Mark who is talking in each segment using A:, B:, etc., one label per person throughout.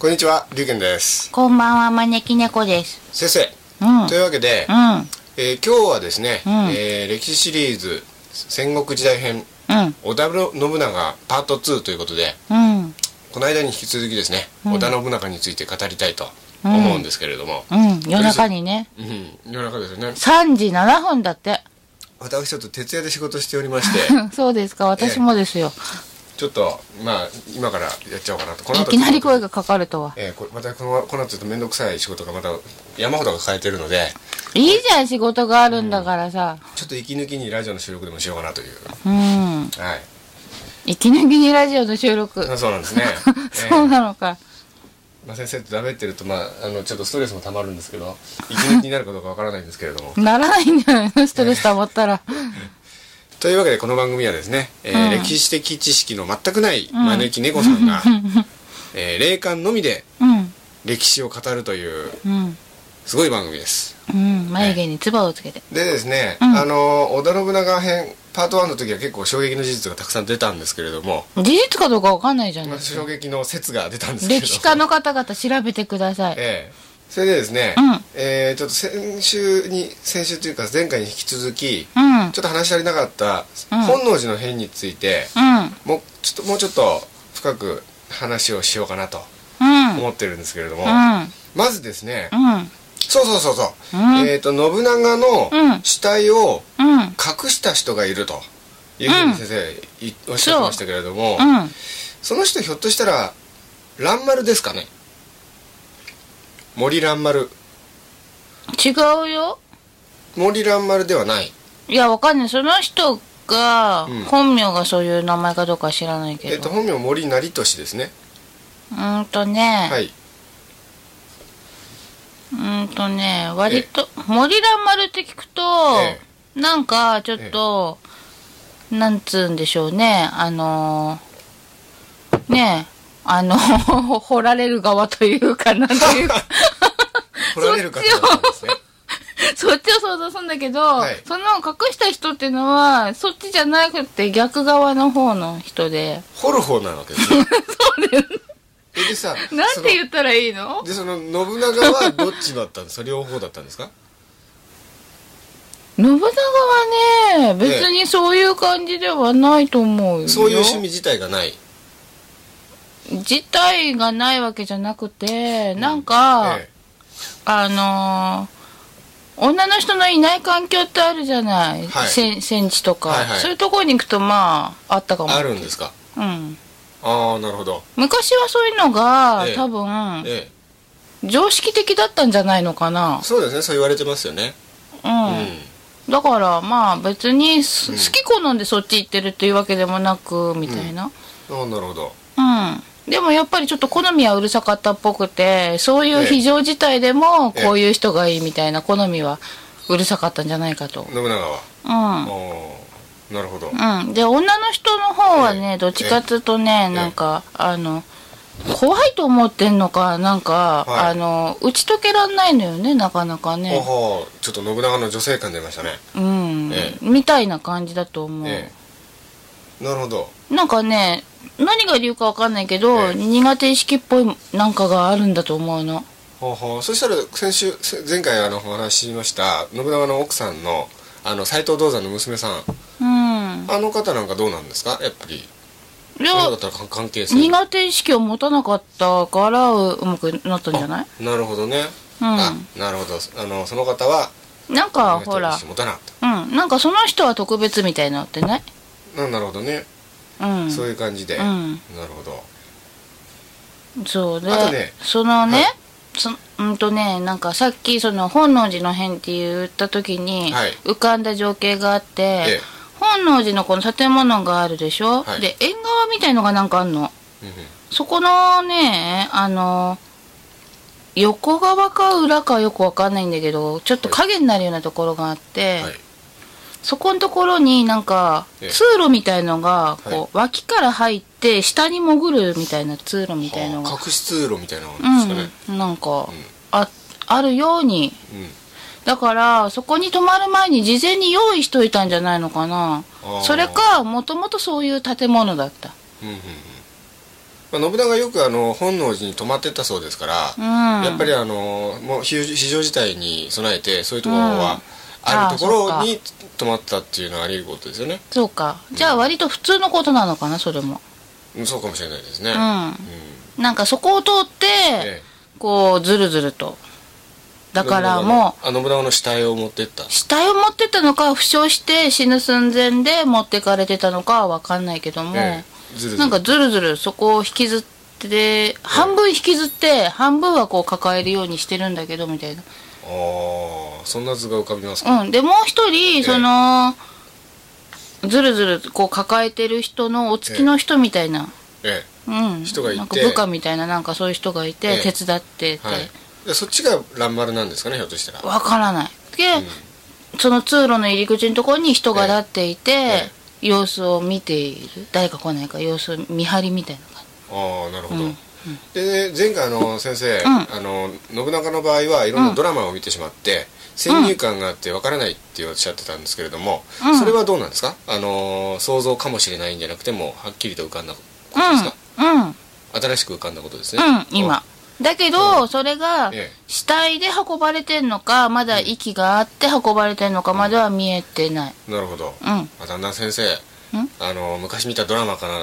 A: こんにちは、龍玄です。
B: こんばんは、招き猫です。
A: 先生、
B: うん。うん
A: とい。うわけで、
B: う
A: えー今日はですね、
B: うん
A: えー歴史シリーズ戦国時代編
B: ん。
A: 織田信長パート2ということで、
B: うん。
A: この間に引き続きですね、織田信長について語りたいと思うんですけれども、
B: うん。夜中にね。
A: うん、夜中ですよね。
B: 3時7分だって。
A: 私ちょっと徹夜で仕事しておりまして、
B: そうですか、私もですよ。
A: ちょっとまあ今からやっちゃおうかなと。こ
B: い
A: 後
B: きなり声がかかるとは。
A: えーこれまたこのこの後ちょっと面倒くさい仕事がまた山ほど抱えてるので
B: いいじゃん、仕事があるんだからさ。
A: ちょっと息抜きにラジオの収録でもしようかなという
B: うん。
A: はい
B: いきなりラジオの収録。
A: あそうなん ですね
B: そうなのか。
A: まあ、先生と喋ってると、まあ、あのちょっとストレスもたまるんですけど息抜きになるかどうかわからないんですけれども
B: ならないんじゃないのストレス溜まったら。
A: というわけでこの番組はですね、えー
B: うん
A: 歴史的知識の全くない招き猫さん が、えー霊感のみで
B: うん。
A: 歴史を語るという
B: うん。
A: すごい番組です
B: うん。眉毛に唾をつけて。
A: でですね、
B: うん
A: あの織田信長編パート1の時は結構衝撃の事実がたくさん出たんですけれども、
B: 事実かどうかわかんないじゃな
A: ま
B: い
A: あ、衝撃の説が出たんですけれども
B: 歴史家の方々調べてください。
A: ええそれでですね、
B: うん
A: えーちょっと先週に先週というか前回に引き続き、
B: うん。うん。
A: ちょっと話し足りなかった
B: うん
A: 本能寺の変について、もうちょっともうちょっと深く話をしようかなと
B: うん。
A: 思ってるんですけれども、
B: う
A: まずですね、
B: ん。うん。
A: そうそうそうそう、
B: うん
A: えっ、と信長
B: うん
A: の死体を
B: うん。
A: 隠した人がいるというふうに先生い、おっしゃってましたけれども、
B: うん。
A: その人ひょっとしたら蘭丸ですかね森蘭丸
B: 違うよ。
A: 森蘭丸ではない
B: いや、わかんない。その人が、
A: うん
B: 本名がそういう名前かどうかは知らないけ
A: え
B: ど。
A: っと本名森成俊ですね
B: うーんとね、
A: はいう
B: ーんとね、割と、森蘭丸って聞くと、
A: え
B: なんか、ちょっと、なんつうんでしょうね、あのーねえ、あの、 掘られる側というか、なんというか、
A: 来られる方だったんですね
B: そっちを想像するんだけど、
A: はい
B: その隠した人っていうのは、そっちじゃなくて逆側の方の人で。
A: 掘る方なわけですね
B: そうです。
A: えでさ
B: なんて言ったらいい
A: その
B: の
A: でその信長はどっちだったんです か両方だったんですか
B: 信長はね、別にそういう感じではないと思うよ。
A: そういう趣味自体がない
B: 自体がないわけじゃなくて、なんか、
A: え
B: あのー女の人のいない環境ってあるじゃない、
A: はい
B: 戦戦地とか、
A: はいはい
B: そういうところに行くとまああったか
A: え
B: も
A: あるんですか
B: うん、
A: ああなるほど
B: 昔はそういうのが、
A: ええ
B: 多分、
A: え
B: 常識的だったんじゃないのかな
A: え、そうですねそう言われてますよね
B: うんだからまあ別にす、
A: うん
B: 好き好んでそっち行ってるっていうわけでもなくみたいな
A: うんあーなるほど
B: うん、でもやっぱりちょっと好みはうるさかったっぽくてそういう非常事態でも
A: ええ
B: こういう人がいいみたいな好みはうるさかったんじゃないかと
A: 信長は
B: うん
A: ああなるほど
B: うん、で女の人の方は
A: え
B: ね、
A: え
B: どっちかっていうとね、
A: え
B: なんかあの怖いと思ってんのかなんか、
A: はい
B: あの打ち解けらんないのよねなかなか
A: お
B: ね、
A: ほうちょっと信長の女性感出ましたね、
B: うん
A: え
B: みたいな感じだと思う、
A: ええなるほど
B: なんかね何が理由かわかんないけど、
A: ええ
B: 苦手意識っぽいなんかがあるんだと思うの
A: ほうほうそしたら先週せ前回あのお話ししました信長の奥さんのあの斎藤道山の娘さん
B: うん
A: あの方なんかどうなんですかやっぱり
B: い
A: どうだ
B: や
A: ったら関関係性
B: 苦手意識を持たなかったからうまくなったんじゃない
A: なるほどね、あなるほどあのその方は
B: うんなんかほ
A: 苦手
B: ら
A: 意識持たなかった
B: うんなんかその人は特別みたいなのってない
A: うんなるほどね、
B: うん
A: そういう感じで、
B: うん
A: なるほど
B: そうで
A: あとね
B: そのね、
A: はい
B: そうんとねなんかさっきその本能寺の変って言った時に
A: はい
B: 浮かんだ情景があって、
A: ええ
B: 本能寺のこの建物があるでしょ、
A: はい
B: で縁側みたいのがなんかあんの
A: うんうん
B: そこのねあの横側か裏かよくわかんないんだけどちょっと影になるようなところがあって、
A: はい
B: そこのところになんか
A: ええ
B: 通路みたいのがこう、
A: はい
B: 脇から入って下に潜るみたいな通路みたいのが
A: はあ隠し通路みたいなのがあるんですかね
B: うん、なんか、ああるように
A: うん、
B: だからそこに泊まる前に事前に用意しといたんじゃないのかな
A: あー
B: それかもともとそういう建物だった
A: うんうんうんまあ、信長よくあの本能寺に泊まってったそうですから、
B: うん
A: やっぱりあのもう非非常事態に備えてそういうところは、あるところに泊まったっていうのはあり得ることですよね、
B: そうかじゃあ割と普通のことなのかなそれも
A: うんそうかもしれないですね、
B: う
A: うん
B: んなんかそこを通って、
A: ええ
B: こうずるずるとだからもう
A: 信長のあ信長の死体を持ってった
B: 死体を持ってったのか負傷して死ぬ寸前で持ってかれてたのかは分かんないけども、
A: ええずるずる
B: なんかずるずるそこを引きずって半分引きずって半分はこう抱えるようにしてるんだけどみたいな
A: ああそんな図が浮かびますか、
B: うん、でもう一人、
A: え
B: そのずるずるこう抱えてる人のお付きの人みたいな、
A: え
B: うん、
A: 人がいて
B: なんか部下みたいななんかそういう人がいて、
A: ええ
B: 手伝って
A: え
B: て、
A: はいでそっちが乱丸なんですかねひょっとしたら、
B: わからないで、
A: うん
B: その通路の入り口のところに人が立っていて、
A: え
B: 様子を見ている誰か来ないか様子を見張りみたいな感
A: ああなるほど、
B: うん
A: で前回あの先生、
B: ん
A: あの信長の場合はいろんなドラマを見てしまって、先入観があってわからないっておっしゃってたんですけれども、
B: うん
A: それはどうなんですかあの想像かもしれないんじゃなくてもはっきりと浮かんだことですか、
B: じうんうん
A: 新しく浮かんだことですね、
B: うん、今。だけど、それが
A: ええ
B: 死体で運ばれてんのか、まだ息があって運ばれてんのかまでは見えてない。
A: おなるほど、
B: うん。
A: あだんだん先生
B: ん
A: あの昔見たドラマから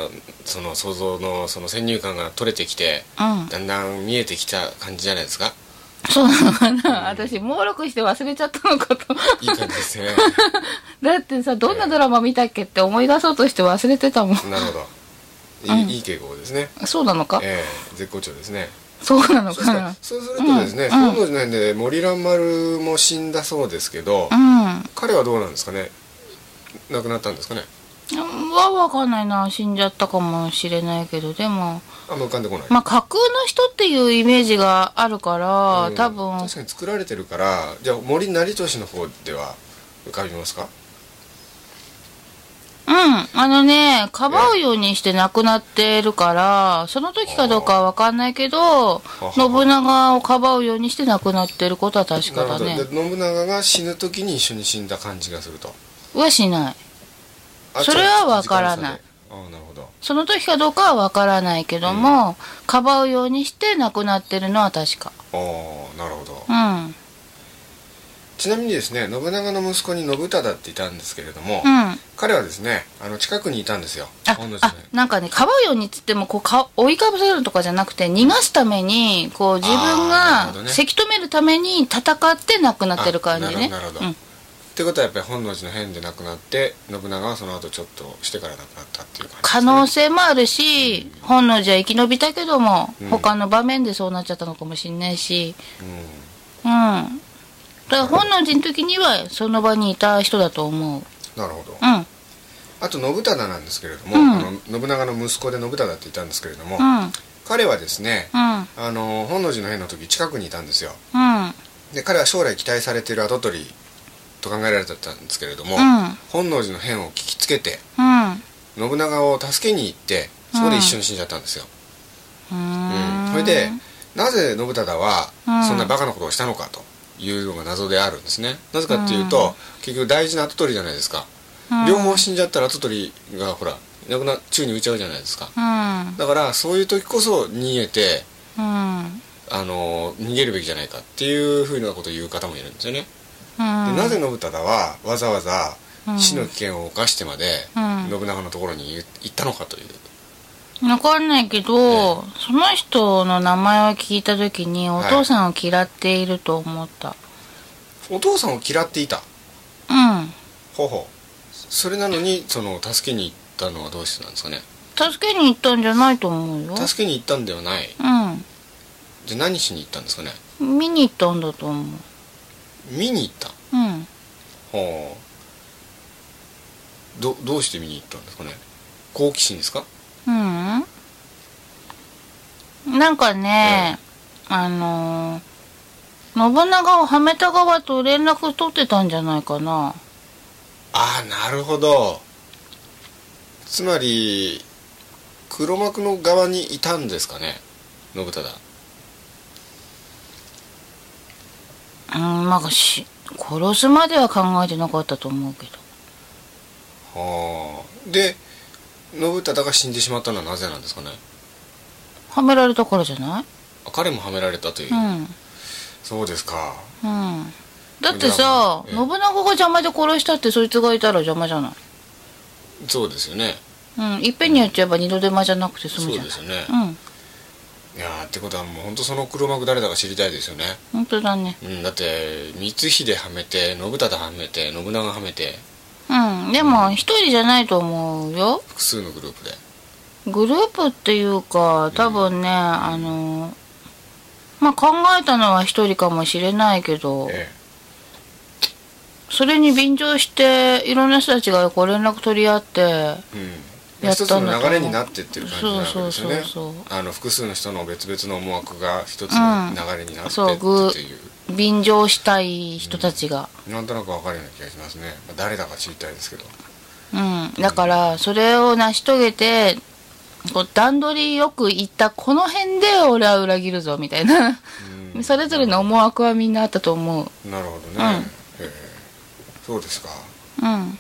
A: その想像のその先入観が取れてきて
B: うん。
A: だんだん見えてきた感じじゃないですか
B: そうなのかな私、猛録して忘れちゃったのかと。
A: いい感じ ですね
B: だってさ、どんなドラマ見たっけって思い出そうとして忘れてたもん。
A: なるほどいい,、いい傾向ですね
B: そうなのか
A: ええ絶好調ですね
B: そうなの
A: そうです
B: か
A: か
B: な
A: そうするとですね、
B: うん
A: 本能寺の変で森蘭丸も死んだそうですけど、
B: うん。
A: 彼はどうなんですかね亡くなったんですかね
B: はわかんないな。死んじゃったかもしれないけど、でも、
A: あんま浮かんでこない、
B: まあ、架空の人っていうイメージがあるから、
A: うん
B: 多分
A: 確、かに作られてるからじゃあ森成俊の方では浮かびますか
B: うん、あのね、かばうようにして亡くなってるから、その時かどうかは分かんないけど、
A: は
B: 信長をかばうようにして亡くなってることは確か
A: な
B: だね
A: る。ほどで信長が死ぬ時に一緒に死んだ感じがすると
B: はしない。
A: あ
B: それはわからない
A: ちょっと時間差でああなるほど
B: その時かどうかは分からないけども、かばうようにして亡くなってるのは確か。
A: ああなるほど
B: うん。
A: ちなみにですね信長の息子に信忠っていたんですけれども、
B: うん。
A: 彼はですねあの近くにいたんですよ
B: あ
A: 本能、寺
B: あ
A: の変
B: なんかね、かばうようにっつっても、こう、か、追いかぶせるとかじゃなくて、逃がすために、こう、自分
A: あーなる
B: が
A: ほど、ね
B: せき止めるために戦って亡くなってる感じ
A: あなる
B: ね。
A: ほどなるほど
B: うん
A: ってことはやっぱり本能寺の変で亡くなって信長はその後ちょっとしてから亡くなったっていう感じですね、
B: 可能性もあるし、本能寺は生き延びたけども、
A: うん
B: 他の場面でそうなっちゃったのかもしれないし、
A: うん
B: うん。だから本能寺の時にはその場にいた人だと思う。
A: なるほど
B: うん。
A: あと信忠なんですけれども、
B: うん
A: あの信長の息子で信忠っていたんですけれども、
B: うん。うん。
A: 彼はですね
B: うん。
A: あの本能寺の変の時近くにいたんですよで彼は将来期待されている跡取りと考えられてたんですけれども、
B: うん
A: 本能寺の変を聞きつけて
B: うん。
A: 信長を助けに行ってそこで一緒に死んじゃったんですよ、
B: う
A: うん
B: ん。
A: それでなぜ信忠は
B: うん
A: そんなバカなことをしたのかというのが謎であるんですねなぜかっていうと、結局大事な跡取りじゃないですか、
B: うん
A: 両方死んじゃったら跡取りがほらいなくな宙に浮いちゃうじゃないですか
B: うん。
A: だからそういう時こそ逃げて
B: うん。
A: あの逃げるべきじゃないかっていうふうなことを言う方もいるんですよね、
B: うん。
A: でなぜ信忠はわざわざ死の危険を冒してまで
B: うん
A: 信長のところに行ったのかという、
B: わかんないけど、その人の名前を聞いた時に、お父さんを嫌っていると思った。
A: お父さんを嫌っていた
B: うん。
A: ほうほうそれなのにその助けに行ったのはどうしてなんですかね
B: 助けに行ったんじゃないと思うよ。
A: 助けに行ったんではない
B: うん。
A: じゃあ何しに行ったんですかね
B: 見に行ったんだと思う
A: 見に行った
B: うん
A: ほうどどうして見に行ったんですかね好奇心ですか
B: うんなんかね、あのー信長をはめた側と連絡取ってたんじゃないかな
A: ああなるほどつまり黒幕の側にいたんですかね信忠
B: うんまあし殺すまでは考えてなかったと思うけど
A: はあで信忠が死んでしまったのはなぜなんですかね
B: はめられたからじゃない
A: あ彼もはめられたという、
B: うん
A: そうですか
B: うんだってさ
A: ええ
B: 信長が邪魔で殺したってそいつがいたら邪魔じゃない
A: そうですよね
B: うん、いっぺんにやっちゃえば二度手間じゃなくて済む
A: そう
B: じゃん
A: ですよね、
B: うん
A: いやーってことはもう本当その黒幕誰だか知りたいですよね
B: 本当だね
A: うんだって光秀はめて信忠はめて信長はめて
B: うんでも一人じゃないと思うよ
A: 複数のグループで
B: グループっていうか多分ね、あのまあ考えたのは一人かもしれないけど、
A: え
B: それに便乗していろんな人たちがこう連絡取り合って
A: えうん
B: やっ
A: 一つ
B: たんだと思
A: の
B: う
A: 流れになってってる感じなわけですよね
B: そうそうそう
A: あの複数の人の別々の思惑が一つの流れになって
B: うんそう
A: っていう、
B: 便乗したい人たちが、
A: なんとなくわかるような気がしますね、まあ誰だか知りたいですけど
B: うん、だからそれを成し遂げてこう段取りよくいったこの辺で俺は裏切るぞみたいな
A: うん
B: それぞれの思惑はみんなあったと思う
A: なるほどね、
B: うん
A: ええそうですか
B: うん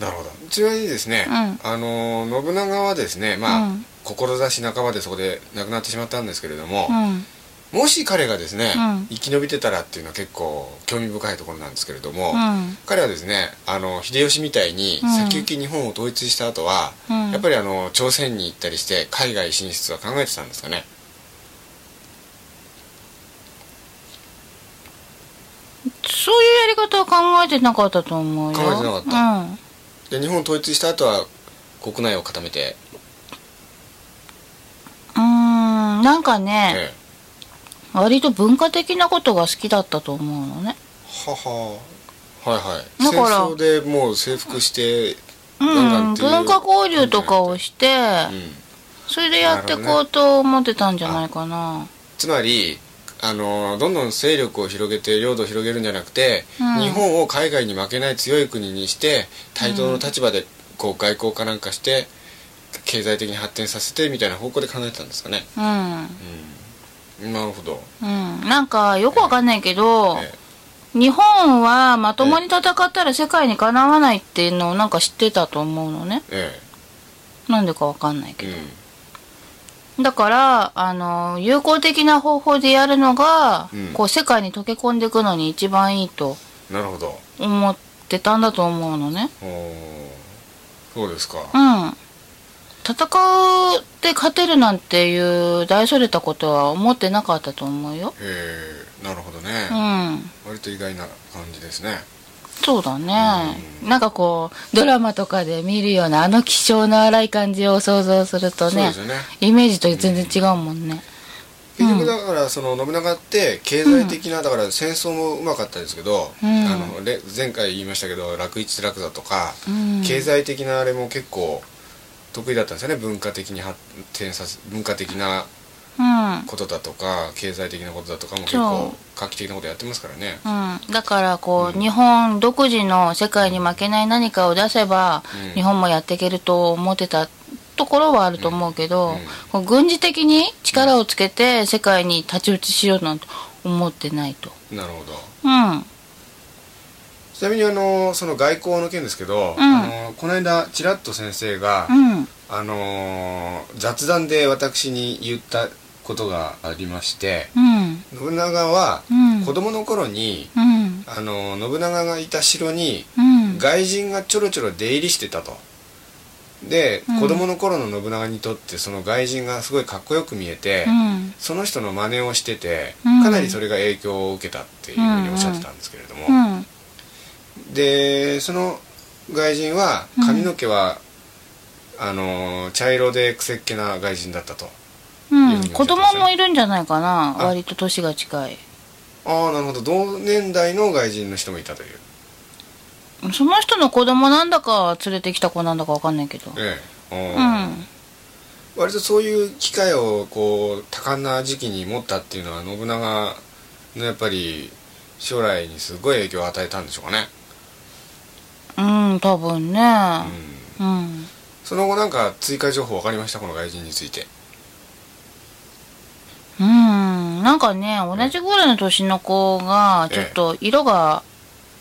A: なるほどちなみにですね、
B: うん
A: あの信長はですねまあ、
B: うん
A: 志半ばでそこで亡くなってしまったんですけれども
B: う、ん
A: もし彼がですね、
B: うん
A: 生き延びてたらっていうのは結構興味深いところなんですけれども、
B: うん
A: 彼はですねあの秀吉みたいに
B: うん
A: 先行き日本を統一した後は、
B: うん
A: やっぱりあの朝鮮に行ったりして海外進出は考えてたんですかね
B: そういうやり方は考えてなかったと思うよ
A: 考えてなかった
B: うん
A: で日本統一した後は国内を固めて、
B: うーんなんかね、
A: ええ
B: 割と文化的なことが好きだったと思うのね
A: はははいはい
B: だ
A: 戦
B: から
A: 争でもう征服して
B: う
A: なんか
B: ん
A: っていう
B: 文化交流とかをして、
A: うん
B: それでやってこうと思ってたんじゃないかな
A: つまりあのどんどん勢力を広げて領土を広げるんじゃなくて、
B: うん
A: 日本を海外に負けない強い国にして対等の立場でこう外交かなんかして経済的に発展させてみたいな方向で考えてたんですかね、
B: うん
A: うん、なるほど、
B: うん、なんかよくわかんないけど、
A: え
B: 日本はまともに戦ったら世界にかなわないっていうのをなんか知ってたと思うのね
A: え
B: なんでかわかんない
A: え
B: けどだからあの有効的な方法でやるのが、
A: うん
B: こう世界に溶け込んでいくのに一番いいと
A: うん、なるほど
B: 思ってたんだと思うのね
A: おーそうですか、
B: うん戦うって勝てるなんていう大それたことは思ってなかったと思うよ
A: ええなるほどね、
B: うん
A: 割と意外な感じですね
B: そうだね、なんかこうドラマとかで見るようなあの気性の荒い感じを想像すると
A: そう
B: ね
A: ですよね
B: イメージと全然違うもんね
A: 結局だからその信長って経済的なだから戦争もうまかったですけど、
B: うん
A: あのれ前回言いましたけど楽一楽座とか、
B: うん
A: 経済的なあれも結構得意だったんですよね文化的に発展させ文化的な
B: うん、うん、
A: ことだとか経済的なことだとかも結構画期的なことやってますからね
B: だからこう、日本独自の世界に負けない何かを出せば、
A: うん
B: 日本もやっていけると思ってたところはあると思うけ
A: う
B: ど、
A: んうん
B: こう軍事的に力をつけて世界に太刀打ちしようなんて思ってないと
A: なるほど
B: うん
A: ちなみにあのその外交の件ですけど、
B: うん
A: あのこの間ちらっと先生が、
B: うん
A: あの雑談で私に言ったことがありまして
B: うん
A: 信長は
B: うん
A: 子供の頃に、
B: うん
A: あの信長がいた城に
B: うん
A: 外人がちょろちょろ出入りしてたとで、
B: うん
A: 子供の頃の信長にとってその外人がすごいかっこよく見えて、
B: うん
A: その人の真似をしてて
B: うん
A: かなりそれが影響を受けたっていうふうにおっしゃってたんですけれども、
B: うん
A: でその外人は髪の毛は、あの茶色でくせっけな外人だったと
B: う、
A: いうんふうにお
B: 子
A: っしゃって
B: 供
A: ましたね
B: もいるんじゃないかな
A: あ
B: 割と年が近い
A: ああなるほど同年代の外人の人もいたという
B: その人の子供なんだか連れてきた子なんだかわかんないけど
A: ええ
B: う
A: あー
B: ん
A: 割とそういう機会をこう多感な時期に持ったっていうのは信長のやっぱり将来にすごい影響を与えたんでしょうかね、
B: うん多分ね
A: うん、
B: うん
A: その後なんか追加情報分かりましたこの外人について
B: うんなんかね同じぐらいの年の子がちょっと色が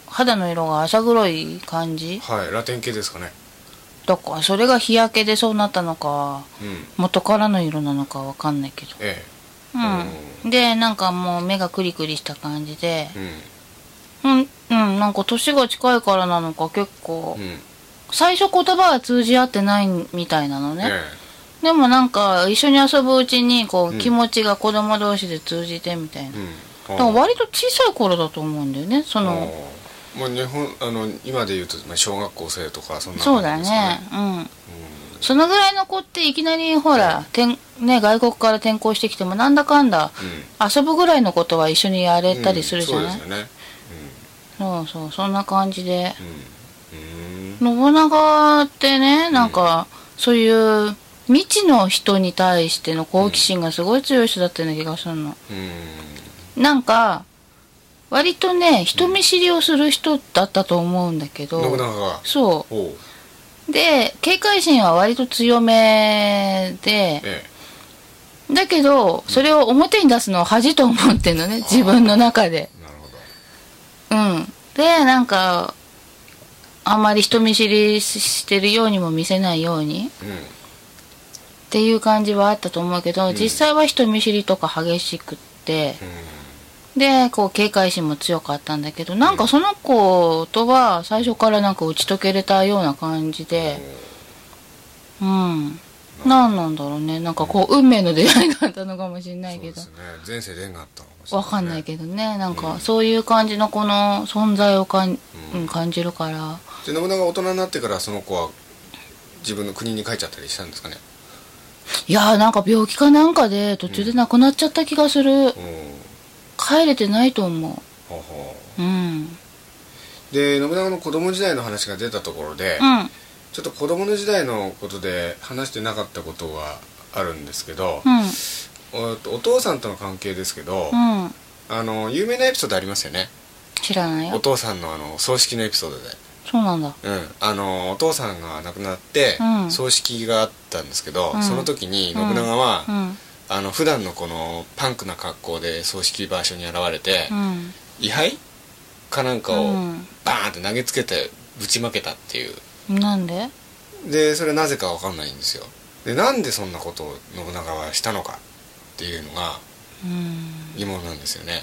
B: 肌の色が浅黒い感じ
A: はいラテン系ですかね
B: だからそれが日焼けでそうなったのか
A: うん
B: 元からの色なのかわかんないけど
A: え
B: うんでなんかもう目がクリクリした感じで
A: えうん
B: うんうんなんか年が近いからなのか結構
A: うん
B: 最初言葉が通じ合ってないみたいなのね、
A: え
B: でもなんか一緒に遊ぶうちにこ
A: う
B: うん気持ちが子供同士で通じてみたいな、
A: えうん
B: だから割と小さい頃だと思うんだよねそ
A: あー
B: の
A: もう日本あの今で言うとまあ小学校生とかそんな
B: そうだ
A: 感
B: ね
A: じですか
B: うんそのぐらいの子っていきなりほら、転ね、外国から転校してきてもなんだかんだ
A: うんうん
B: 遊ぶぐらいのことは一緒にやれたりするじゃ
A: うん
B: ない、
A: そうですよね
B: そうそうそんな感じで
A: うんうん
B: 信長ってねなんか、そういう未知の人に対しての好奇心がすごい強い人だったような気がするの。
A: うん
B: なんか割とね人見知りをする人だったと思うんだけど、
A: 信長が
B: そ
A: おう
B: うで警戒心は割と強めで
A: え
B: だけどそれを表に出すのを恥と思ってんのね自分の中で
A: えなるほど
B: うんでなんかあまり人見知りしてるようにも見せないように
A: うん
B: っていう感じはあったと思うけど、
A: うん
B: 実際は人見知りとか激しくってでこう警戒心も強かったんだけどなんかその子とは最初からなんか打ち解けれたような感じでうん何なんだろうねなんかこう運命の出会いだったのかもしれな
A: う
B: い
A: んそう
B: け
A: で
B: ど
A: すね前世恋があったのかもしれ
B: わかんない
A: ど
B: けどねなん
A: うん
B: かそういう感じのこの存在をかん、
A: う
B: うんん、感じるから
A: で信長が大人になってからその子は自分の国に帰っちゃったりしたんですかね
B: いやーなんか病気かなんかで途中で亡くなっちゃった気がする
A: うん
B: 帰れてないと思
A: ほうほ
B: ううん
A: うで信長の子供時代の話が出たところで、
B: うん
A: ちょっと子供の時代のことで話してなかったことがあるんですけど、
B: うん
A: おお父さんとの関係ですけど、
B: うん
A: あの有名なエピソードありますよね
B: 知らない
A: お
B: よ
A: 父さんのあの葬式のエピソードで、
B: そうなんだ
A: うん、あのお父さんが亡くなって、
B: うん
A: 葬式があったんですけど、
B: うん
A: その時に信長は、
B: うん
A: あの普段のこのパンクな格好で葬式場所に現れて
B: う、ん
A: 位牌かなんかを
B: うん
A: バーンって投げつけてぶちまけたっていう
B: なんで
A: でそれなぜかわかんないんですよでなんでそんなことを信長はしたのかっていうのが
B: うん
A: 疑問なんですよね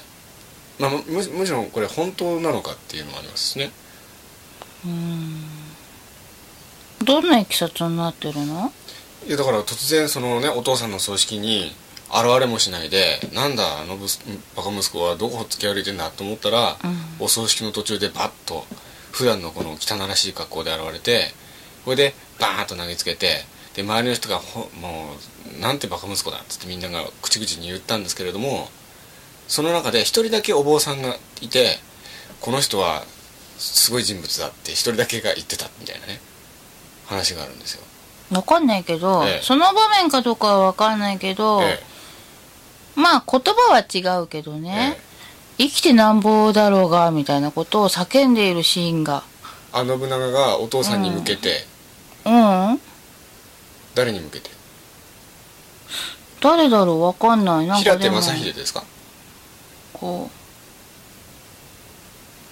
A: まあむむしむしろこれ本当なのかっていうのもありますしね
B: うんどんないきさつになってるの
A: いやだから突然そのねお父さんの葬式に現れもしないでなんだあのぶすバカ息子はどこを突き歩いてんだと思ったら、
B: うん
A: お葬式の途中でバッと普段のこの汚らしい格好で現れてこれでバーンと投げつけてで周りの人がほ「もうなんてバカ息子だ」っつってみんなが口々に言ったんですけれどもその中で一人だけお坊さんがいてこの人はすごい人物だって一人だけが言ってたみたいなね話があるんですよ。
B: わかんないけど、
A: ええ
B: その場面かどうかはわかんないけど、
A: え
B: まあ言葉は違うけど
A: え
B: ね、
A: ええ
B: 生きてなんぼだろうがみたいなことを叫んでいるシーンが
A: あ信長がお父さんに向けて、
B: うん
A: 誰に向けて
B: 誰だろうわかんないなんか
A: 平
B: で
A: 手
B: も
A: 正秀ですか
B: こ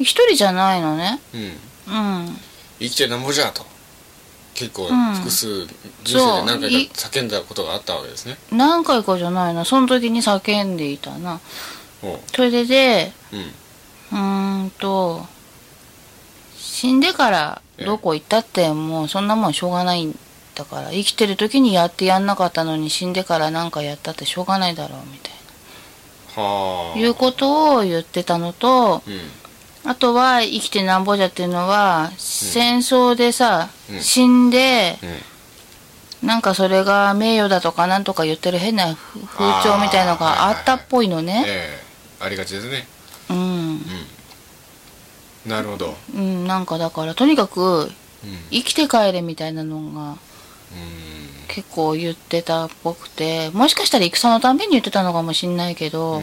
B: う一人じゃないのね
A: うん
B: うん
A: 生きてなんぼじゃと結構
B: うん
A: 複数人生で
B: そう
A: 何回
B: い
A: か叫んだことがあったわけですね
B: 何回かじゃないなその時に叫んでいたな
A: おう
B: それで
A: うん
B: うーんと死んでからどこ行ったってもうそんなもんしょうがないんだから生きてる時にやってやんなかったのに死んでからなんかやったってしょうがないだろうみたい
A: はあ
B: ないうことを言ってたのと
A: うん
B: あとは生きてなんぼじゃっていうのは戦争でさ、
A: うん
B: 死んで
A: うん
B: なんかそれが名誉だとかなんとか言ってる変な風風潮みたいのがあったっぽいのね。
A: ええありがちですね
B: うん
A: うんなるほど
B: うん、なんかだからとにか
A: う
B: く
A: ん
B: 生きて帰れみたいなのが結構言ってたっぽくてもしかしたら戦のたんびに言ってたのかもしんないけ
A: うん
B: ど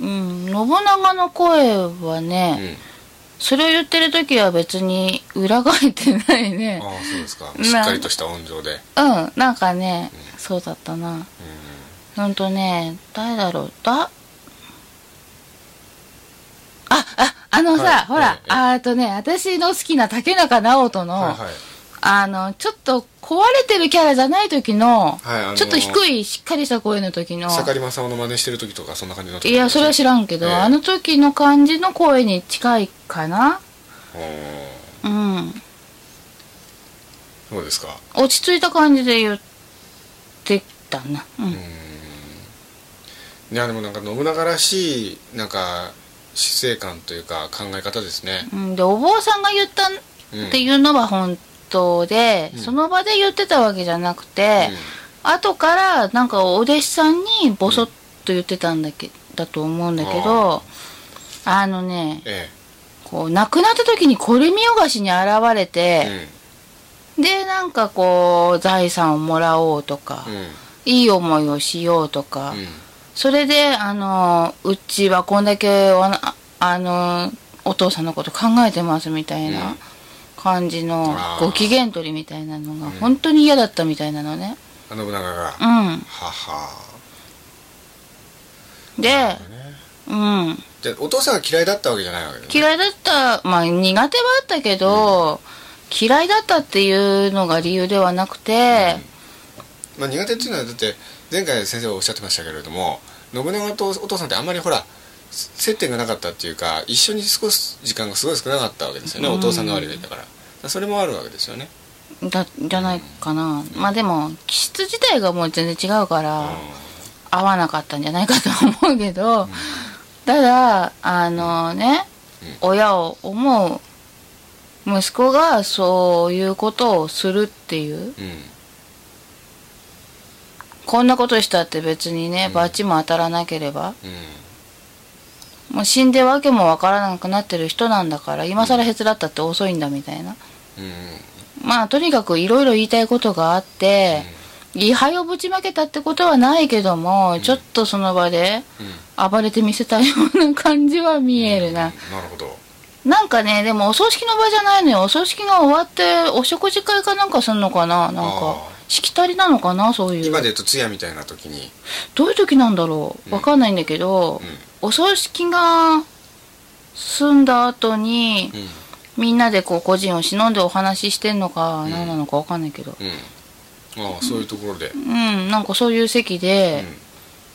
A: う、ん
B: うん、信長の声はね、
A: うん
B: それを言ってる時は別に裏返ってないね
A: ああそうですかしっかりとした音情で
B: うんなんかね、そうだったなほんとね誰だろうだあああのさ、
A: はい
B: ほら、
A: ええ
B: あーとね私の好きな竹中直人
A: うん
B: の
A: はいはい
B: あのちょっと壊れてるキャラじゃない時の、
A: はいあのー
B: ちょっと低いしっかりした声の時の
A: 盛り正雄の真似してる時とかそんな感じの時
B: いやそれは知らんけど、
A: ええ
B: あの時の感じの声に近いかな
A: おー
B: うん
A: そうですか
B: 落ち着いた感じで言ってたなうん、
A: いやでもなんか信長らしいなんか死生観というか考え方ですね、
B: うんでお坊さんが言ったっ
A: うん、
B: ていうのは本当で、
A: うん
B: その場で言ってたわけじゃなくて、後からなんかお弟子さんにボソッと言ってたんだけだと思うんだけど、あのね
A: え
B: こう亡くなった時にこれ見よがしに現れ
A: え
B: て、でなんかこう財産をもらおうとか、
A: うんうん
B: いい思いをしようとか、
A: うん
B: それであのうちはこんだけあのあのお父さんのこと考えてますみたい
A: うん
B: な感じの
A: あー
B: ご機嫌取りみたいなの
A: う
B: が
A: ん
B: 本当に嫌だったみたいなのね。
A: あ信長が、は
B: う
A: は
B: ん、で、うん、
A: じゃあお父さんが嫌いだったわけじゃないわけだね
B: 嫌いだったまあ苦手はあったけど、嫌いだったっていうのが理由ではなくて、
A: まあ、苦手っていうのはだって前回先生がおっしゃってましたけれども信長とお父さんってあんまりほら接点がなかったっていうか一緒に過ごす時間がすごい少なかったわけですよね、
B: うん
A: お父さん代わりがいたからだからそれもあるわけですよね、
B: だじゃないかな、まあでも気質自体がもう全然違うから。合わなかったんじゃないかと思うけど、ただあのね、親を思う息子がそういうことをするっていう
A: うん、うん
B: こんなことしたって別にね、
A: うん
B: 罰も当たらなければ
A: うん
B: もう死んで訳もわからなくなってる人なんだから今更へつらったって遅いんだみたいな
A: うん
B: まあとにかくいろいろ言いたいことがあって、位牌をぶちまけたってことはないけども、ちょっとその場で
A: うん
B: 暴れてみせたような感じは見えるな、
A: なるほど
B: なんかねでもお葬式の場じゃないのよお葬式が終わってお食事会かなんかすんのかななん
A: あ
B: かしきたりなのかなそうい
A: 今で言
B: う
A: うと通夜みたいな時に、
B: どういう時なんだろうわかんないんだけど、
A: う
B: お葬式が済んだ後
A: んう
B: に
A: ん
B: みんなでこう個人を忍んでお話ししてんのか
A: ん
B: 何なのかわかんないけど
A: うん、ああそういうところで、
B: うんなんかそういう席で、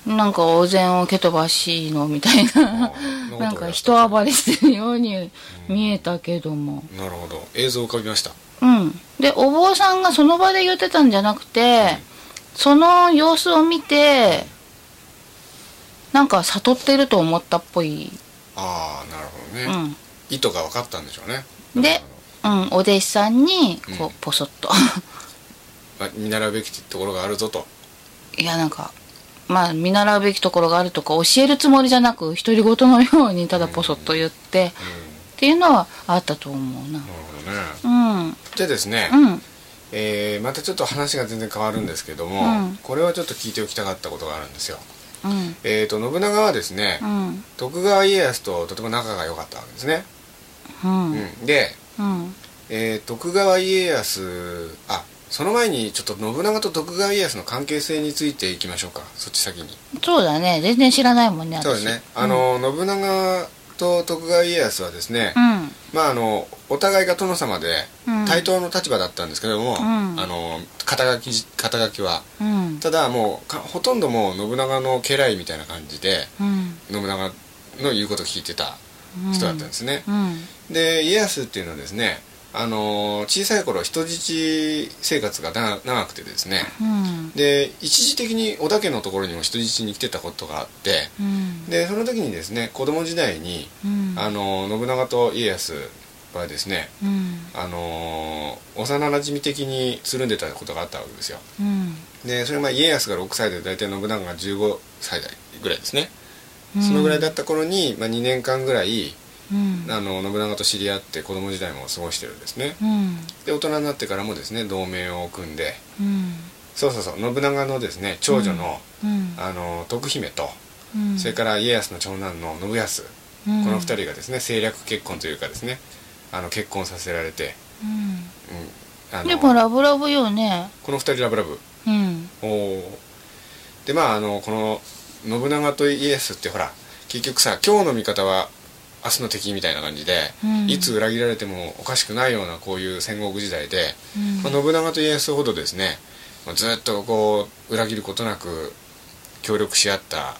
B: なんかお膳を蹴飛ばしのみたいな
A: うん
B: なんか人暴れしてるように見えたけども。
A: なるほど映像浮かびました
B: うん、でお坊さんがその場で言ってたんじゃなくて、その様子を見てなんか悟ってると思ったっぽい、
A: ああなるほどね、
B: うん
A: 意図が分かったんでしょうね
B: でうん、お弟子さんにこ
A: うん
B: うポソッと
A: まあ見習うべきところがあるぞと
B: いやなんかまあ見習うべきところがあるとか教えるつもりじゃなく独り言のようにただポソッと言って、
A: うん
B: っていうのはあったと思う
A: な
B: な
A: るほどね
B: うんうん
A: じゃあですね、
B: うん
A: えーまたちょっと話が全然変わるんですけども、
B: うん
A: これはちょっと聞いておきたかったことがあるんですよえー、と信長はですね、
B: うん
A: 徳川家康ととても仲が良かったわけですね、
B: うん
A: うんで、
B: うん
A: えー徳川家康あその前にちょっと信長と徳川家康の関係性についていきましょうかそっち先に
B: そうだね全然知らないもんね私
A: そうですねあの、信長と徳川家康はですね、
B: うん
A: まああのお互いが殿様で
B: うん
A: 対等の立場だったんですけども、
B: ん
A: あの肩書き肩書きは
B: うん
A: ただもうかほとんどもう信長の家来みたいな感じで
B: うん
A: 信長の言うことを聞いてた人だったんですね、
B: うん
A: で家康っていうのはですねあの小さい頃人質生活がな長くてですね
B: うん
A: で一時的に織田家のところにも人質に来てたことがあって
B: うん
A: でその時にですね子供時代に
B: うん
A: あの信長と家康はですね
B: うん
A: あのー幼なじみ的につるんでたことがあったわけですよ
B: うん
A: でそれまあ家康が6歳で大体信長が15歳ぐらいですね、そのぐらいだった頃に、まあ、2年間ぐらい
B: うん
A: あの信長と知り合って子供時代も過ごしてるんですね
B: うん
A: で大人になってからもですね同盟を組んで
B: うん
A: そうそうそう信長のですね長女の,、
B: うん
A: あの徳姫と、
B: うん
A: それから家康の長男の信康、
B: うん
A: この2人がですね政略結婚というかですねあの結婚させられて、う
B: う
A: ん、あ
B: ん
A: の
B: でもラブラブよね
A: この2人ラブラブ
B: うん
A: おーでまああのこの信長と家康ってほら結局さ今日の見方は明日の敵みたいな感じで、
B: うん
A: いつ裏切られてもおかしくないようなこういう戦国時代で、
B: うん
A: まあ、信長と家康ほどですねまあずっとこう裏切ることなく協力し合った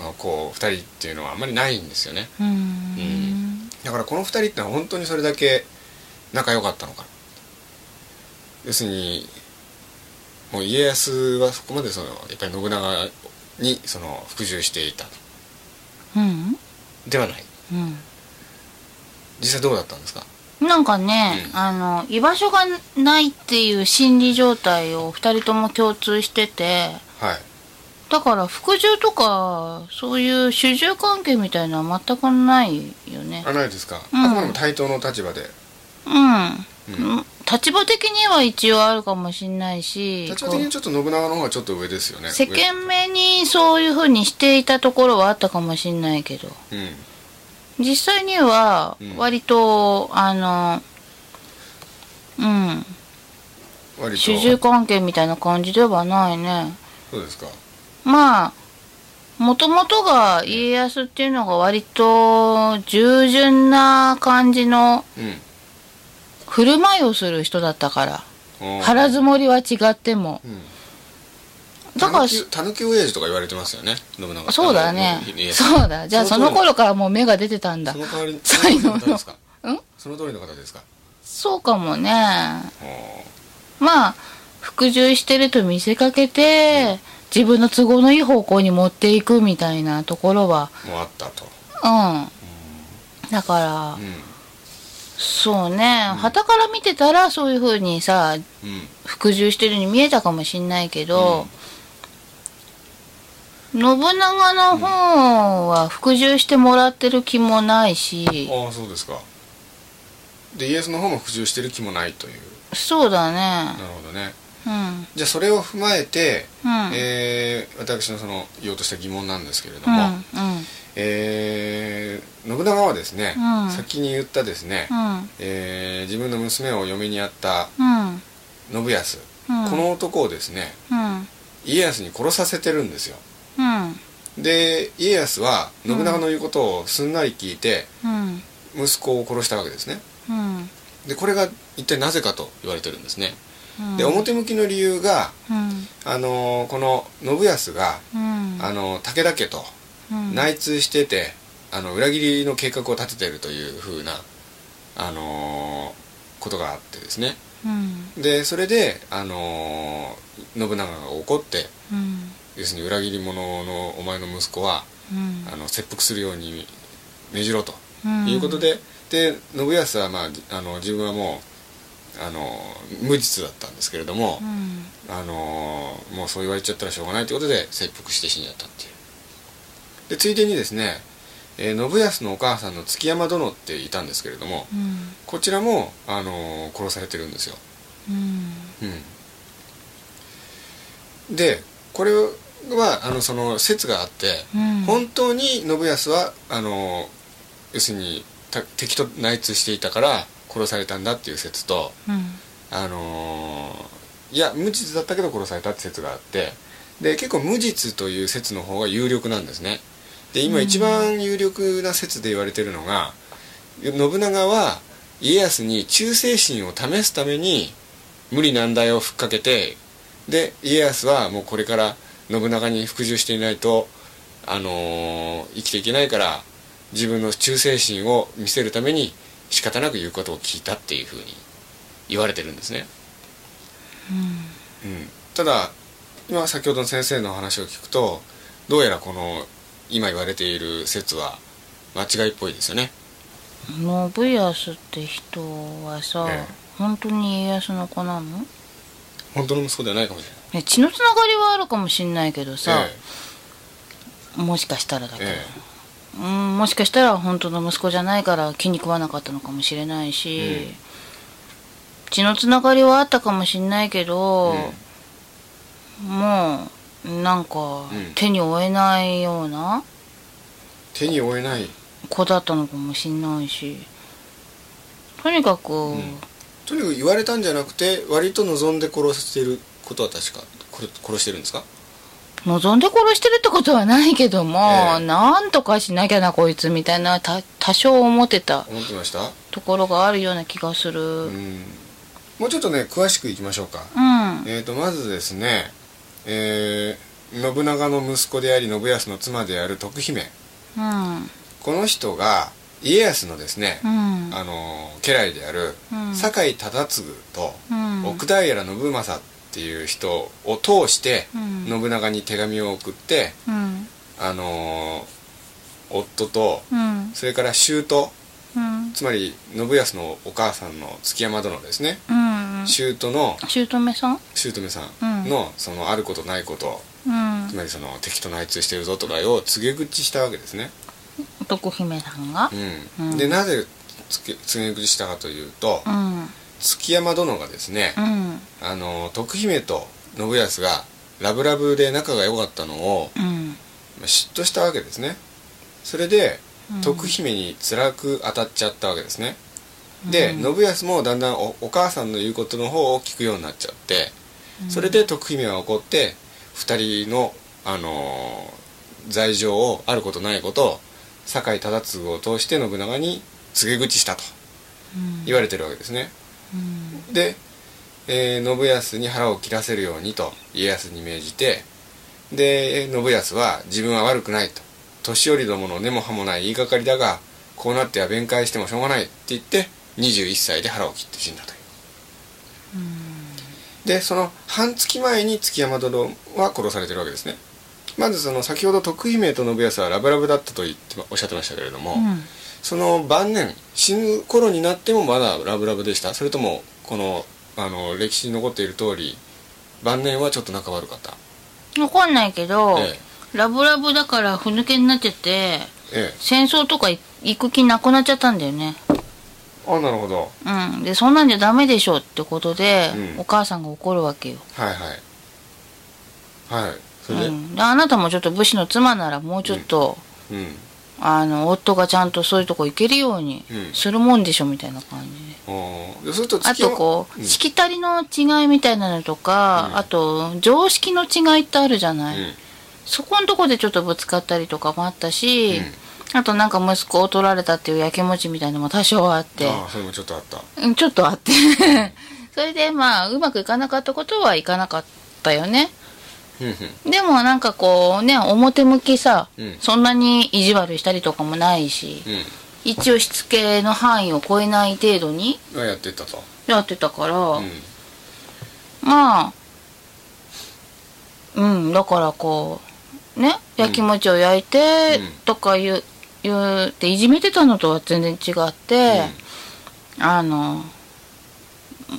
A: あのこう2人っていうのはあんまりないんですよね
B: うん
A: だからこの2人ってのは本当にそれだけ仲良かったのかな要するにもう家康はそこまでそのやっぱり信長にその服従していた
B: うん
A: ではない
B: うん
A: 実際どうだったんですか
B: なんかね、
A: うん
B: あの居場所がないっていう心理状態を2人とも共通してて
A: はい
B: だから服従とかそういう主従関係みたいのは全くないよね
A: あないですか、
B: うん
A: あくまでも対等の立場で、
B: うん、
A: うん
B: 立場的には一応あるかもしんないし
A: 立場的にちょっと信長の方がちょっと上ですよね
B: 世間目にそういうふうにしていたところはあったかもしんないけど
A: 上うん
B: 実際には
A: うん
B: 割と、あのうん
A: 割と
B: 主従関係みたいな感じではないね
A: そうですか
B: まあもともとが家康っていうのが割と従順な感じの
A: うん
B: 振る舞いをする人だったから
A: おー
B: 腹積もりは違っても
A: うん
B: だから
A: たぬき親父とか言われてますよね信長
B: そうだね
A: あの家康
B: そうだじゃあその頃からもう芽が出てたんだ
A: その代わり
B: 才能の
A: その通りの方ですか
B: うん
A: その通りの方ですか
B: そうかも
A: お
B: ね
A: ー
B: まあ服従してると見せかけて自分の都合のいい方向に持っていくみたいなところは
A: もうあったと
B: うんだから
A: う
B: そうね旗から見てたらそういう風にさ
A: んうん
B: 服従してるように見えたかもしんないけど、信長の方は服従してもらってる気もないし、
A: ああそうですかでイエスの方も服従してる気もないという
B: そうだね
A: なるほどね
B: うん
A: じゃあそれを踏まえて、
B: うん
A: えー私のその言おうとした疑問なんですけれど
B: うん
A: も、
B: うん
A: えー信長はですね、
B: うん
A: 先に言ったですね、
B: うん
A: えー自分の娘を嫁にやった
B: うん
A: 信康、
B: うん
A: この男をですね
B: うん
A: 家康に殺させてるんですよ
B: うん
A: で家康は信長の言うことをすんなり聞いて
B: うん
A: 息子を殺したわけですね
B: うん
A: でこれが一体なぜかと言われてるんですね
B: うん
A: で表向きの理由が、
B: うん
A: あのーこの信康が、
B: うん
A: あのー武田家と
B: うん
A: 内通しててあの裏切りの計画を立ててるというふうな、あのーことがあってですね
B: うん
A: でそれで、あのー信長が怒って
B: うん
A: 要するに裏切り者のお前の息子は
B: うん
A: あの切腹するように命じろと
B: うん
A: いうことで、で信康は、まあじ、あの自分はもうあの無実だったんですけれども
B: う、ん
A: あのもうそう言われちゃったらしょうがないということで切腹して死んじゃったっていうでついでにですね、えー信康のお母さんの築山殿っていたんですけれども
B: うん
A: こちらも、あの殺されてるんですよ、
B: うん
A: うん、でこれはあのその説があって、
B: うん
A: 本当に信康はあの要するにた敵と内通していたから殺されたんだっていう説と、
B: うん
A: あのーいや無実だったけど殺されたって説があってで結構無実という説の方が有力なんですねで今
B: うん
A: 一番有力な説で言われてるのが、信長は家康に忠誠心を試すために無理難題をふっかけてで家康はもうこれから信長に服従していないと、あのー生きていけないから自分の忠誠心を見せるために仕方なく言うことを聞いたっていうふうに言われてるんですね、
B: うん
A: うん、ただ今先ほどの先生の話を聞くとどうやらこの今言われている説は間違いっぽいですよね
B: 信康って人はさ、
A: ええ
B: 本当に家康の子なの
A: 本当の息子ではないかもしれない
B: ね血のつながりはあるかもしんないけどさ、
A: え
B: もしかしたらだけど、
A: え
B: うん、もしかしたら本当の息子じゃないから気に食わなかったのかもしれないし、
A: うん
B: 血のつながりはあったかもしんないけど、
A: う
B: もうなんか
A: うん
B: 手に負えないような
A: 手に負えない
B: 子だったのかもしんないしとにかく、
A: んとにかく言われたんじゃなくて割と望んで殺していることは確かこれ殺してるんですか
B: 望んで殺してるってことはないけども、
A: ええ
B: なんとかしなきゃなこいつみたいなた多少思ってた
A: 思ってました
B: ところがあるような気がするう、
A: うんんもうちょっとね詳しくいきましょうか、えー、とまずですね、えー信長の息子であり信康の妻である徳姫
B: うん
A: この人が家康のですね
B: う、ん
A: あのー家来である
B: うん
A: 酒井忠次と
B: うん
A: 奥平信正っていう人を通して
B: うん
A: 信長に手紙を送って、
B: うん
A: あのー夫と
B: うん
A: それから舅
B: うん
A: つまり信康のお母さんの築山殿ですね
B: うん
A: 舅の
B: 姑さん
A: 姑さんのそのあることないこと
B: うん
A: つまりその敵と内通してるぞとかを告げ口したわけですね、
B: 男姫さんが
A: うん
B: うん
A: でなぜつけ告げ口したかというと
B: うん
A: 築山殿がですね、
B: うん
A: あの徳姫と信康がラブラブで仲が良かったのを
B: うん
A: まあ嫉妬したわけですねそれで
B: うん
A: 徳姫に辛く当たっちゃったわけですね、で
B: うん
A: 信康もだんだんおお母さんの言うことの方を聞くようになっちゃってそれで徳姫は怒って2人の、あのー罪状をあることないことを酒井忠次を通して信長に告げ口したと
B: うん
A: 言われてるわけですね
B: うん
A: で、えー信康に腹を切らせるようにと家康に命じてでえー信康は自分は悪くないと年寄りどもの根も葉もない言いがかりだがこうなっては弁解してもしょうがないって言って21歳で腹を切って死んだというでその半月前に築山殿は殺されてるわけですねまずその先ほど徳姫と信康はラブラブだったと言ってまおっしゃってましたけれども、
B: うん
A: その晩年死ぬ頃になってもまだラブラブでしたそれともこのあの歴史に残っている通り晩年はちょっと仲悪かった
B: わかんないけど、
A: え
B: ラブラブだからふぬけになっちゃって
A: ええ
B: 戦争とかい行く気なくなっちゃったんだよね
A: あなるほど
B: うんでそんなんじゃダメでしょってことで、
A: うん
B: お母さんが怒るわけよ、
A: はいはいはいそうれでうん
B: ん、であなたもちょっと武士の妻ならもうちょっと、
A: うん、
B: あの夫がちゃんとそういうとこ行けるように
A: うん
B: するもんでしょみたいな感じで、
A: おーでそうすると
B: あ
A: 月
B: と
A: 山
B: こう、
A: うん
B: しきたりの違いみたいなのとか、
A: うん
B: あと常識の違いってあるじゃない、
A: うん
B: そこんとこでちょっとぶつかったりとかもあったし、あとなんか息子を取られたっていうやきもちみたいなのも多少あって
A: ああそれもちょっとあった
B: うんちょっとあって それでまあうまくいかなかったことはいかなかったよね
A: うんうん
B: でもなんかこうね表向きさ、
A: うん
B: そんなに意地悪したりとかもないし、
A: うん
B: 一応しつけの範囲を超えない程度に
A: がやってったと
B: やってたから、
A: うん
B: まあうんだからこうねやきもちを焼いて
A: うん
B: とか言う,、言うっていじめてたのとは全然違って、あの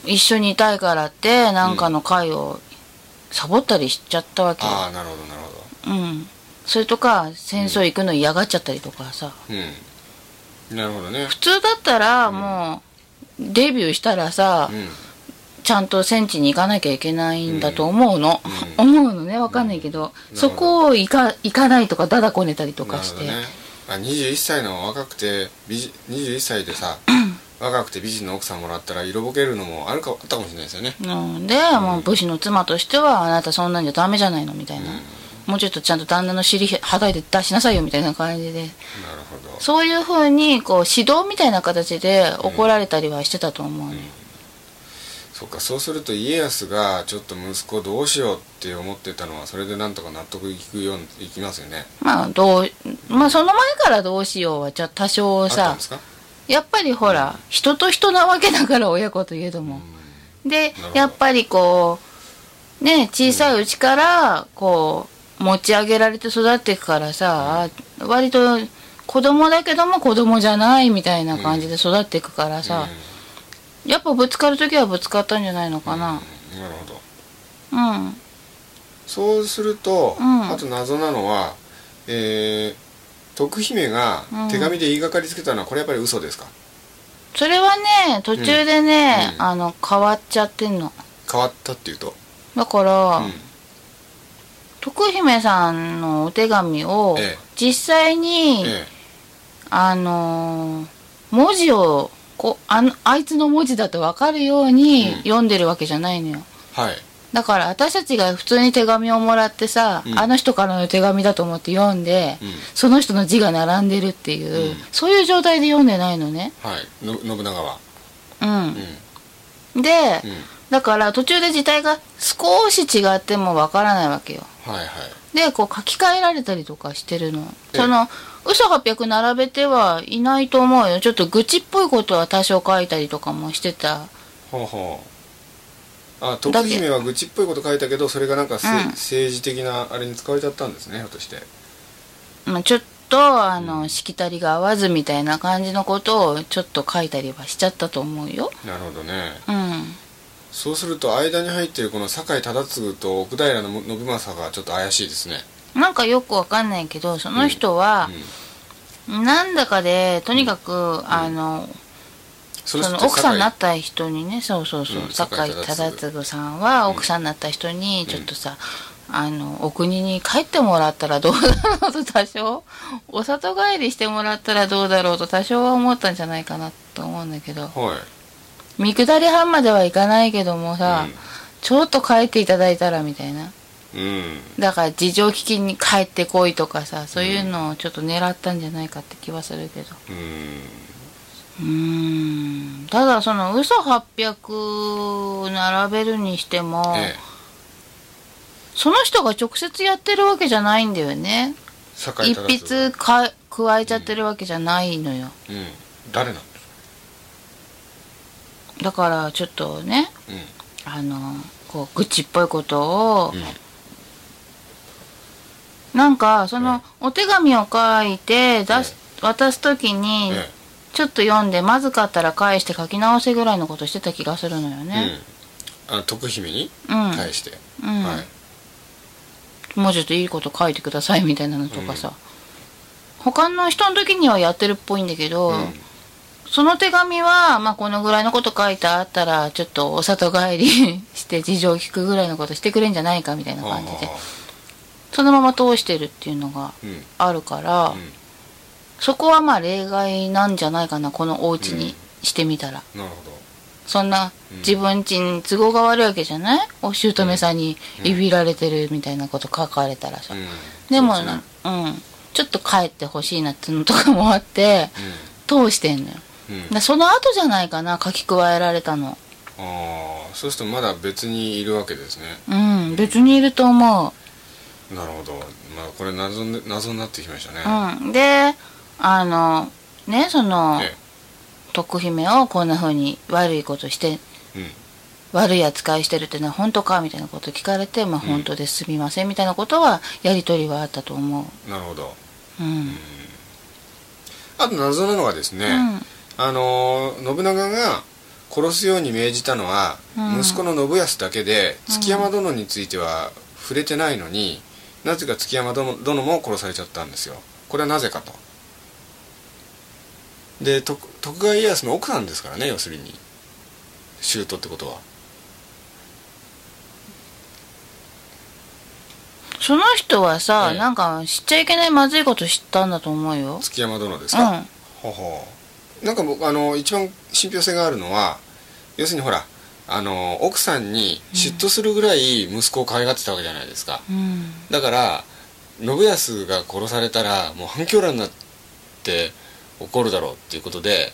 B: 一緒にいたいからってなんかの会をサボったりしちゃったわけよ、
A: ああなるほどなるほど
B: うん、それとか戦争行くの嫌がっちゃったりとかさ、
A: うんなるほどね
B: 普通だったらもう、デビューしたらさ、
A: うん
B: ちゃんと戦地に行かなきゃいけないんだと思うの、
A: う
B: 思うのねわかんないけど、
A: うん
B: そこを行か行かないとかだだこねたりと
A: な
B: か
A: る
B: し
A: ほど
B: て、
A: ね、あ21歳の若くて美人21歳で さ若くて美人の奥さんもらったら色ぼけるのもあるかあったかもしれないですよね
B: うんで、もう武士の妻としてはあなたそんなんじゃダメじゃないのみたいな、もうちょっとちゃんと旦那の尻はたいて出しなさいよみたいな感じで
A: なるほど
B: そういうふうにこう指導みたいな形で怒られたりはしてたと思うね、
A: そっかそうすると家康がちょっと息子どうしようって思ってたのはそれでなんとか納得いくようにいきますよね
B: まあどうまあその前からどうしようはちょ多
A: あ
B: 少
A: ったん
B: さ
A: ですか
B: やっぱりほら人と人なわけだから親子といえども、で
A: ほど
B: やっぱりこうね小さいうちからこう持ち上げられて育っていくからさ、割と子供だけども子供じゃないみたいな感じで育っていくからさ、やっぱぶつかる時はぶつかったんじゃないのかな
A: うんなるほど
B: うん、
A: そうすると、
B: うん
A: あと謎なのはえー徳姫が手紙で言いがかりつけたのはこれやっぱり嘘ですか
B: それはね途中でね、
A: うんうん
B: あの変わっちゃってんの
A: 変わったっていうと
B: だから、
A: うん
B: 徳姫さんのお手紙を
A: ええ
B: 実際に、
A: え
B: あのー文字をこうあのあいつの文字だと分かるように
A: うん
B: 読んでるわけじえないのよ、
A: えはい
B: だから私たちが普通に手紙をもらってさ、
A: うん
B: あの人からの手紙だと思って読んで、
A: うん
B: その人の字が並んでるってい
A: う
B: う、
A: ん
B: そういう状態で読んでないのね。
A: はいの信長は
B: うん
A: うんう
B: で、
A: ん
B: だから途中で字体が少し違ってもわからないわけよ。
A: はいはい
B: でこう書き換えられたりとかしてるの。
A: ええ
B: その嘘800並べてはいないと思うよ。ちょっと愚痴っぽいことは多少書いたりとかもしてた。
A: ほうほうあ徳姫は愚痴っぽいこと書いたけどそれがなんかせ、
B: うん
A: 政治的なあれに使われちゃったんですねひょっとして
B: まあ、ちょっとあのしきたりが合わずみたいな感じのことをちょっと書いたりはしちゃったと思うよ。
A: なるほどね
B: うん。
A: そうすると間に入ってるこの酒井忠次と奥平の信政がちょっと怪しいですね
B: なんかよくわかんないけどその人は
A: うん
B: なんだかでとにかく、あの
A: そ
B: その
A: 人
B: 奥さんにな
A: 酒井
B: った人にねそうそうそう、
A: うん
B: 酒
A: 酒井
B: 井忠次さんは奥さんになった人にちょっとさ、あのお国に帰ってもらったらどうだろうと多少 お里帰りしてもらったらどうだろうと多少は思ったんじゃないかなと思うんだけど
A: はい
B: 見下り半まではいかないけどもさ、ちょっと帰っていただいたらみたいな
A: うん、うん
B: だから事情聞きに帰ってこいとかさそういうのをちょっと狙ったんじゃないかって気はするけど
A: うん
B: うーんただその嘘800並べるにしても、
A: ええ
B: その人が直接やってるわけじゃないんだよね
A: 酒井
B: 一
A: 忠次
B: 筆か加えちゃってるわけじゃないのよ
A: うん誰なんですか
B: だからちょっとね
A: うん
B: あのこう愚痴っぽいことを、
A: うん
B: なんかその、お手紙を書いて出す、渡す時に、
A: え
B: ちょっと読んでまずかったら返して書き直せぐらいのことしてた気がするのよ
A: え
B: ね。
A: うんあ徳姫に
B: うん、
A: 返して、
B: うん
A: はい
B: もうちょっといいこと書いてくださいみたいなのとかさ、他の人の時にはやってるっぽいんだけど、
A: うん
B: その手紙は、まあ、このぐらいのこと書いてあったらちょっとお里帰りして事情を聞くぐらいのことしてくれんじゃないかみたいな
A: はあ
B: 感じで
A: は
B: そのまま通してるっていうのが
A: あうん
B: あるから、
A: う
B: そこはまあ例外なんじゃないかなこのお家
A: うん
B: にしてみたら。
A: んなるほど
B: そんな
A: うん
B: 自分ちに都合が悪いわけじゃないお姑さんにいびられてるみたいなこと書かれたらさ、
A: うん
B: でも
A: そう
B: な
A: すね
B: うんちょっと帰ってほしいなっていうのとかもあって通してんのよ
A: うんうん
B: でその後じゃないかな書き加えられたの
A: ああそうするとまだ別にいるわけですね
B: うん別にいると思う
A: なるほどまあこれ謎に謎になってきましたね、
B: うんであのねその
A: え
B: 徳姫をこんな風に悪いことして
A: えうん
B: 悪い扱いしてるってのは本当かみたいなこと聞かれて、まあ、本当ですすみませんみたいなことはやり取りはあったと思う
A: なるほど
B: うん
A: あと謎なのはですね、あのー信長が殺すように命じたのは、
B: うん
A: 息子の信康だけで
B: うん
A: 築山殿については触れてないのに、なぜか築山殿殿も殺されちゃったんですよこれはなぜかとで徳徳川家康の奥さんですからね要するに舅ってことは
B: その人はさ、
A: ええ
B: なんか知っちゃいけないまずいこと知ったんだと思うよ。
A: 築山殿です
B: う
A: か、
B: ん。
A: ほうほうなんか僕あの一番信憑性があるのは要するにほらあの奥さんに嫉妬するぐらい息子を可愛がってたわけじゃないですか、
B: うん。
A: だから信康が殺されたらもう反響乱になって怒るだろうっていうことで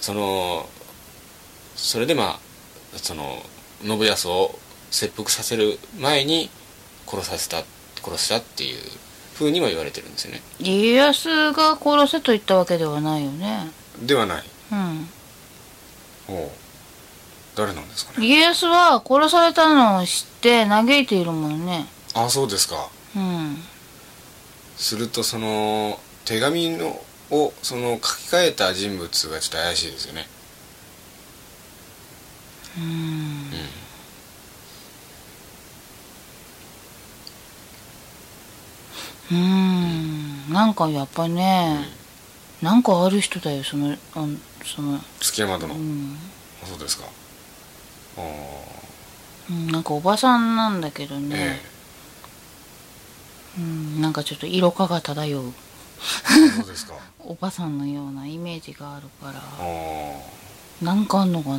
A: そのそれでまあその信康を切腹させる前に殺させた殺したっていうふうには言われてるんですよね
B: 家康が殺せと言ったわけではないよね。
A: ではない
B: うん。
A: おう誰なんですかね
B: 家康は殺されたのを知って嘆いているもんね。
A: あそうですか
B: うん。
A: するとその手紙のをその書き換えた人物がちょっと怪しいですよね
B: うん。うん。なんかやっぱね、なんかある人だよ、その、あんその、
A: 築山殿、
B: うん。
A: あそうですかああ
B: うんなんかおばさんなんだけどね。
A: え
B: うん、なんかちょっと色化が漂う
A: えそう ですか
B: おばさんのようなイメージがあるから
A: ああ
B: なんかあんのかな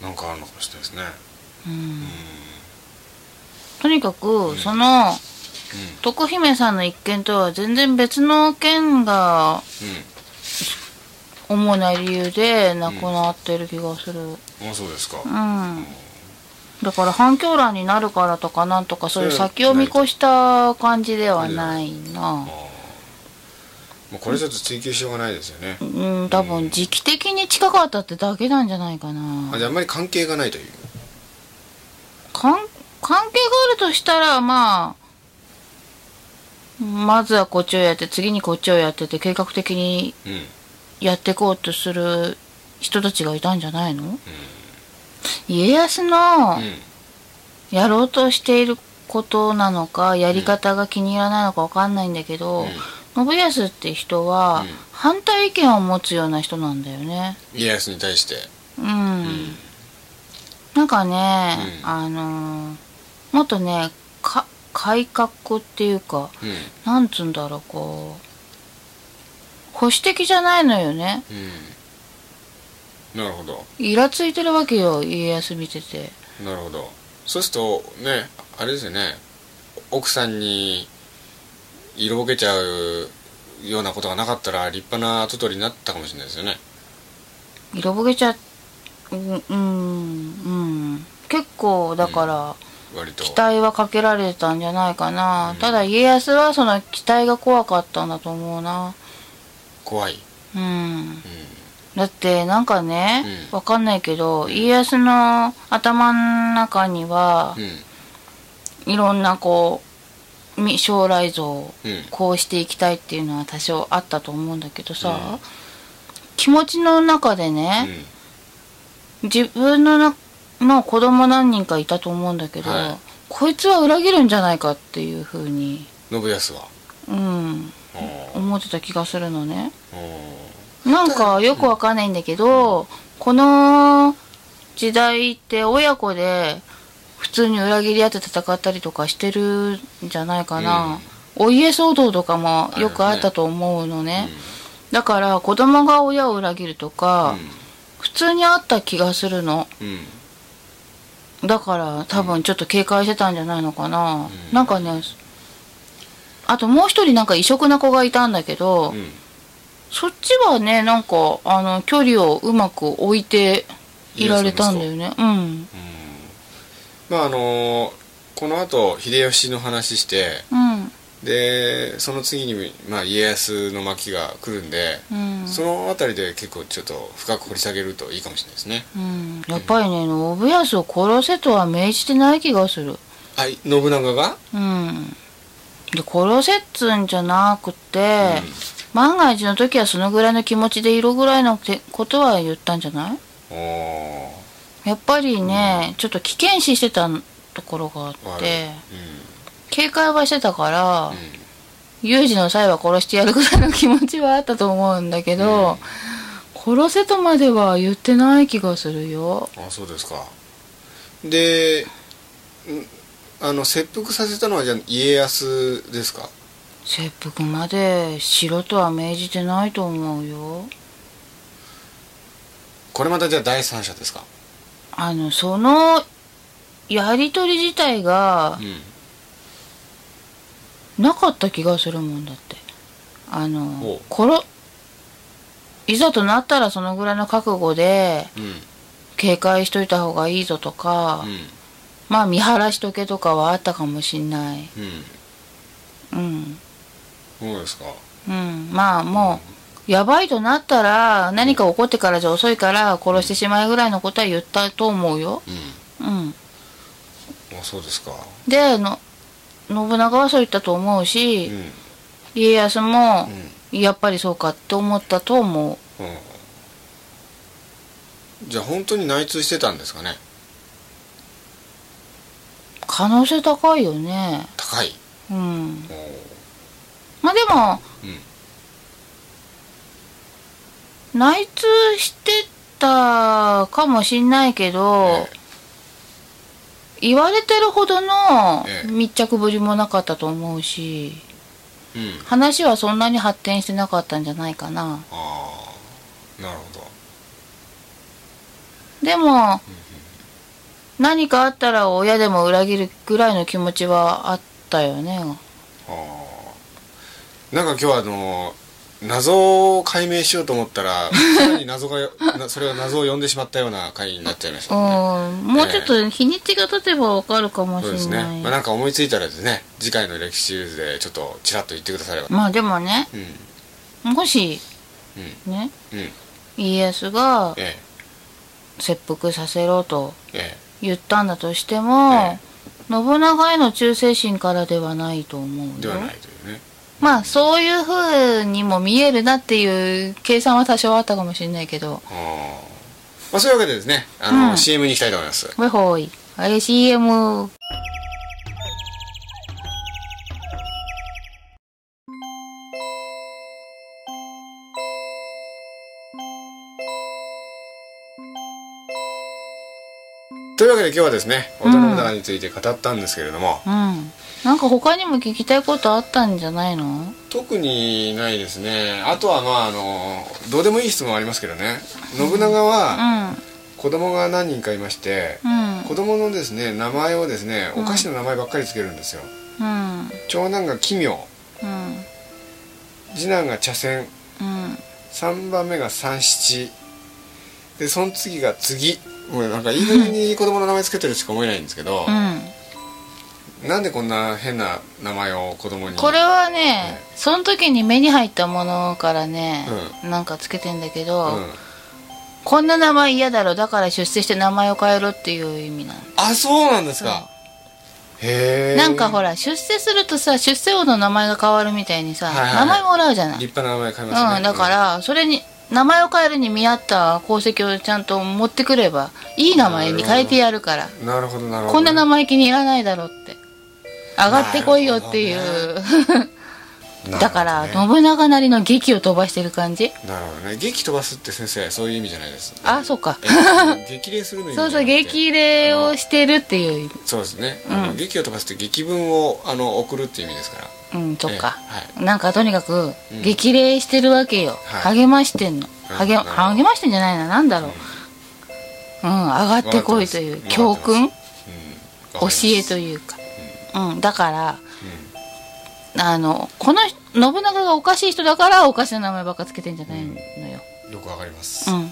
A: なんかあるのかもしれないですね
B: うん
A: うん
B: とにかくその徳姫さんの一件とは全然別の件が主な理由で亡くなってる気がするうん
A: うんあそうですか、
B: だから反響欄になるからとかなんとかそういう先を見越した感じではないな
A: もうこれちょっと追求しようがないですよね、
B: うん多分時期的に近かったってだけなんじゃないかな
A: あじゃああんまり関係がないという
B: かん関係があるとしたらまあまずはこっちをやって次にこっちをやってて計画的に
A: うんうん
B: やっていこうとする人たちがいたんじゃないの、家康の
A: うん
B: やろうとしていることなのかやり方が気に入らないのかわかんないんだけど、信康って人は
A: うん
B: 反対意見を持つような人なんだよね。
A: 家康に対して
B: うん、
A: うん
B: なんかね、
A: うん
B: あのーもっとねか改革っていうか
A: うん
B: なんつうんだろうこう保守的じゃないのよね
A: うんなるほど
B: イラついてるわけよ家康見てて
A: なるほどそうするとねあれですよね奥さんに色ぼけちゃうようなことがなかったら立派な跡取りになったかもしれないですよね
B: 色ぼけちゃうんうんうん結構だから、
A: 割と
B: 期待はかけられたんじゃないかな、
A: うん
B: ただ家康はその期待が怖かったんだと思うな
A: 怖い、
B: うん
A: う
B: だってなんかね、
A: うん
B: わかんないけど家康の頭の中には
A: ん、うん
B: いろんなこうみ将来像
A: うん
B: こうしていきたいっていうのは多少あったと思うんだけどさ、
A: うん
B: 気持ちの中でね、自分のなの子供何人かいたと思うんだけど、
A: はい
B: こいつは裏切るんじゃないかっていうふうに、
A: うん、信康は
B: うん、
A: おー
B: 思ってた気がするのね。
A: おー
B: なんかよくわかんないんだけど、この時代って親子で普通に裏切り合って戦ったりとかしてるんじゃないかな。お家騒動とかもよくあったと思うのね。だから子供が親を裏切ると
A: う
B: か、
A: ん
B: 普通にあった気がするの。
A: うんうん
B: だから多分ちょっと警戒してたんじゃないのかな。
A: うん
B: なんかね、あともう一人なんか異色な子がいたんだけど、
A: うん
B: そっちはねなんかあの距離をうまく置いていられたんだよねうん
A: まああのーこの後秀吉の話して
B: うん
A: でその次に、まあ、家康の巻が来るんで、
B: うん
A: その辺りで結構ちょっと深く掘り下げるといいかもしれないですね
B: うん、やっぱりね信康を殺せとは命じてない気がする
A: はい信長が
B: うんで殺せっつうんじゃなくて、万が一の時はそのぐらいの気持ちでいるぐらいのてことは言ったんじゃない
A: おお
B: やっぱりね、ちょっと危険視してたところがあ
A: ー
B: っ
A: 悪
B: て
A: い
B: 警戒はしてたから、
A: うん
B: 有事の際は殺してやるぐらいの気持ちはあったと思うんだけど、殺せとまでは言ってない気がするよ。
A: うんあそうですかでんあの切腹させたのはじゃあ家康ですか
B: 切腹までしろとは命じてないと思うよ。
A: これまたじゃあ第三者ですか
B: あの、そのやりとり自体が
A: うん
B: なかった気がするもんだって。あ
A: お、
B: の殺、いざとなったらそのぐらいの覚悟で
A: うん
B: 警戒しといた方がいいぞとか、まあ見晴らしとけとかはあったかもしんない。
A: うんうん
B: うん。
A: そうですか
B: うん、まあもう、やばいとなったら、何か起こってからじゃ遅いから、殺してしまえぐらいのことは言ったと思うよ。
A: うん
B: うん。
A: あそうですか
B: で、の、信長はそう言ったと思う
A: うんう
B: し、
A: ん
B: 家康も、やっぱりそうかって思ったと思
A: う
B: う。
A: んじゃあ本当に内通してたんですかね
B: 可能性高いよね。
A: 高い
B: うん。
A: おー
B: まあでも、内通してたかもしんないけど
A: え、
B: 言われてるほどの
A: ええ
B: 密着ぶりもなかったと思うし、
A: うん
B: 話はそんなに発展してなかったんじゃないかな
A: ああなるほど
B: でも何かあったら親でも裏切るぐらいの気持ちはあったよね
A: あーなんか今日はあの謎を解明しようと思ったらさらに謎がなそれが謎を呼んでしまったような回になっちゃいました
B: う
A: もんね
B: んもうちょっと日にちが経てばわかるかもし
A: そうです
B: れ
A: ね
B: ない、、
A: まあ、なんか思いついたらですね次回の歴史シリーズでちょっとちらっと言ってくだされば
B: まあでもね
A: うん
B: もし
A: うん
B: ね
A: うんえ
B: 家康が
A: え
B: 切腹させろと
A: え
B: 言ったんだとしても、
A: え
B: 信長への忠誠心からではないと思
A: え
B: う
A: で
B: よ
A: はないというね
B: まあそういう風にも見えるなっていう計算は多少あったかもしれないけど
A: あーまあそういうわけでですねあの、
B: うん
A: CM に行きたいと思います
B: ほいほいあれ CM
A: というわけで今日はですね織田信長について語ったんですけれども、
B: うんなんか他にも聞きたいことあったんじゃないの
A: 特にないですねあとはまああのどうでもいい質問ありますけどね信長
B: う
A: は
B: ん
A: 子供が何人かいまして
B: うん
A: 子供のですね名前をですねお菓子の名前ばっかりつけるんですよ
B: うん
A: 長男が奇妙
B: うん
A: 次男が茶筅
B: うん
A: 3番目が三七でその次が次もうなんかいい加減に子供の名前つけてるしか思えないんですけど
B: う、ん
A: なんでこんな変な名前を子供に
B: これはね、その時に目に入ったものからね、なんかつけてんだけど、
A: うん
B: こんな名前嫌だろだから出世して名前を変えろっていう意味なの
A: あそうなんですか、へえ
B: なんかほら出世するとさ出世王の名前が変わるみたいにさ、
A: はいはいはい
B: 名前もらうじゃない、
A: 立派な名前変えますね、
B: うん、だからそれに名前を変えるに見合った功績をちゃんと持ってくればいい名前に変えてやるから
A: うんなるほどなるほど
B: こんな名前気に入らないだろうって上がってこいよってい
A: な
B: う、
A: るほどね
B: だから、
A: なる
B: 信長なりの劇を飛ばしてる感じ
A: ほどね劇飛ばすって先生そういう意味じゃないです
B: あそうか
A: えー激励するの意味じ
B: そ
A: ゃ
B: う
A: なくて
B: そう激励をしてるっていう意味
A: そうですね、あ
B: う
A: の
B: ん
A: 劇を飛ばすって劇文をあの送るっていう意味ですから
B: うんそっか、
A: ええ
B: なんかとにかく
A: うん
B: 激励してるわけよ、
A: はい
B: 励ましてんの励
A: なるほど
B: 励ましてんじゃないななんだろう、うん、上がってこいという
A: わかって
B: 教
A: ます
B: 訓
A: うん
B: 教えと
A: いう
B: いうか、うん、だからあのこの人信長がおかしい人だからおかしな名前ばっかつけてんじゃないのよ、
A: んよくわかります、
B: うん、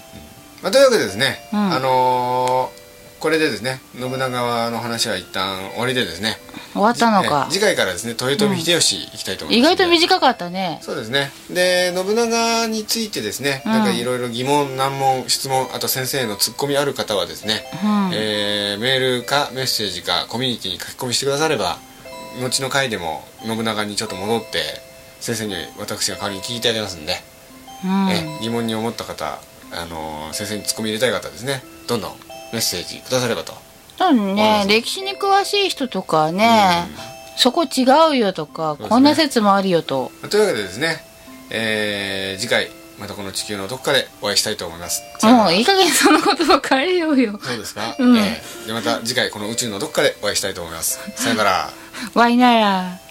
A: まあ、というわけでですね、
B: うん
A: あのーこれでですね信長の話は一旦終わりでですね
B: 終わったの
A: え
B: か
A: ー次回からですね豊臣秀吉行きたいと思い
B: 意
A: ます、
B: 外と短かったね
A: そうですねで信長についてですね、
B: うん
A: なんかいろいろ疑問難問質問あと先生へのツッコミある方はですね、
B: うん、
A: えーメールかメッセージかコミュニティに書き込みしてくだされば後の回でも信長にちょっと戻って先生に私が代わりに聞いてあげますんで、
B: うん
A: え疑問に思った方、あのー先生にツッコミ入れたい方はですねどんどんメッセージくださればと
B: そう
A: わ
B: ね
A: ざ
B: 歴史に詳しい人とかね、そこ違うよとか、
A: うですね
B: こんな説もあるよと
A: というわけでですね、えー次回またこの地球のどこかでお会いしたいと思いますさよな
B: も
A: ら
B: ういい加減その言葉変えようよ
A: そうですか、
B: うん
A: ええでまた次回この宇宙のどっかでお会いしたいと思いますさよなら
B: ワイなら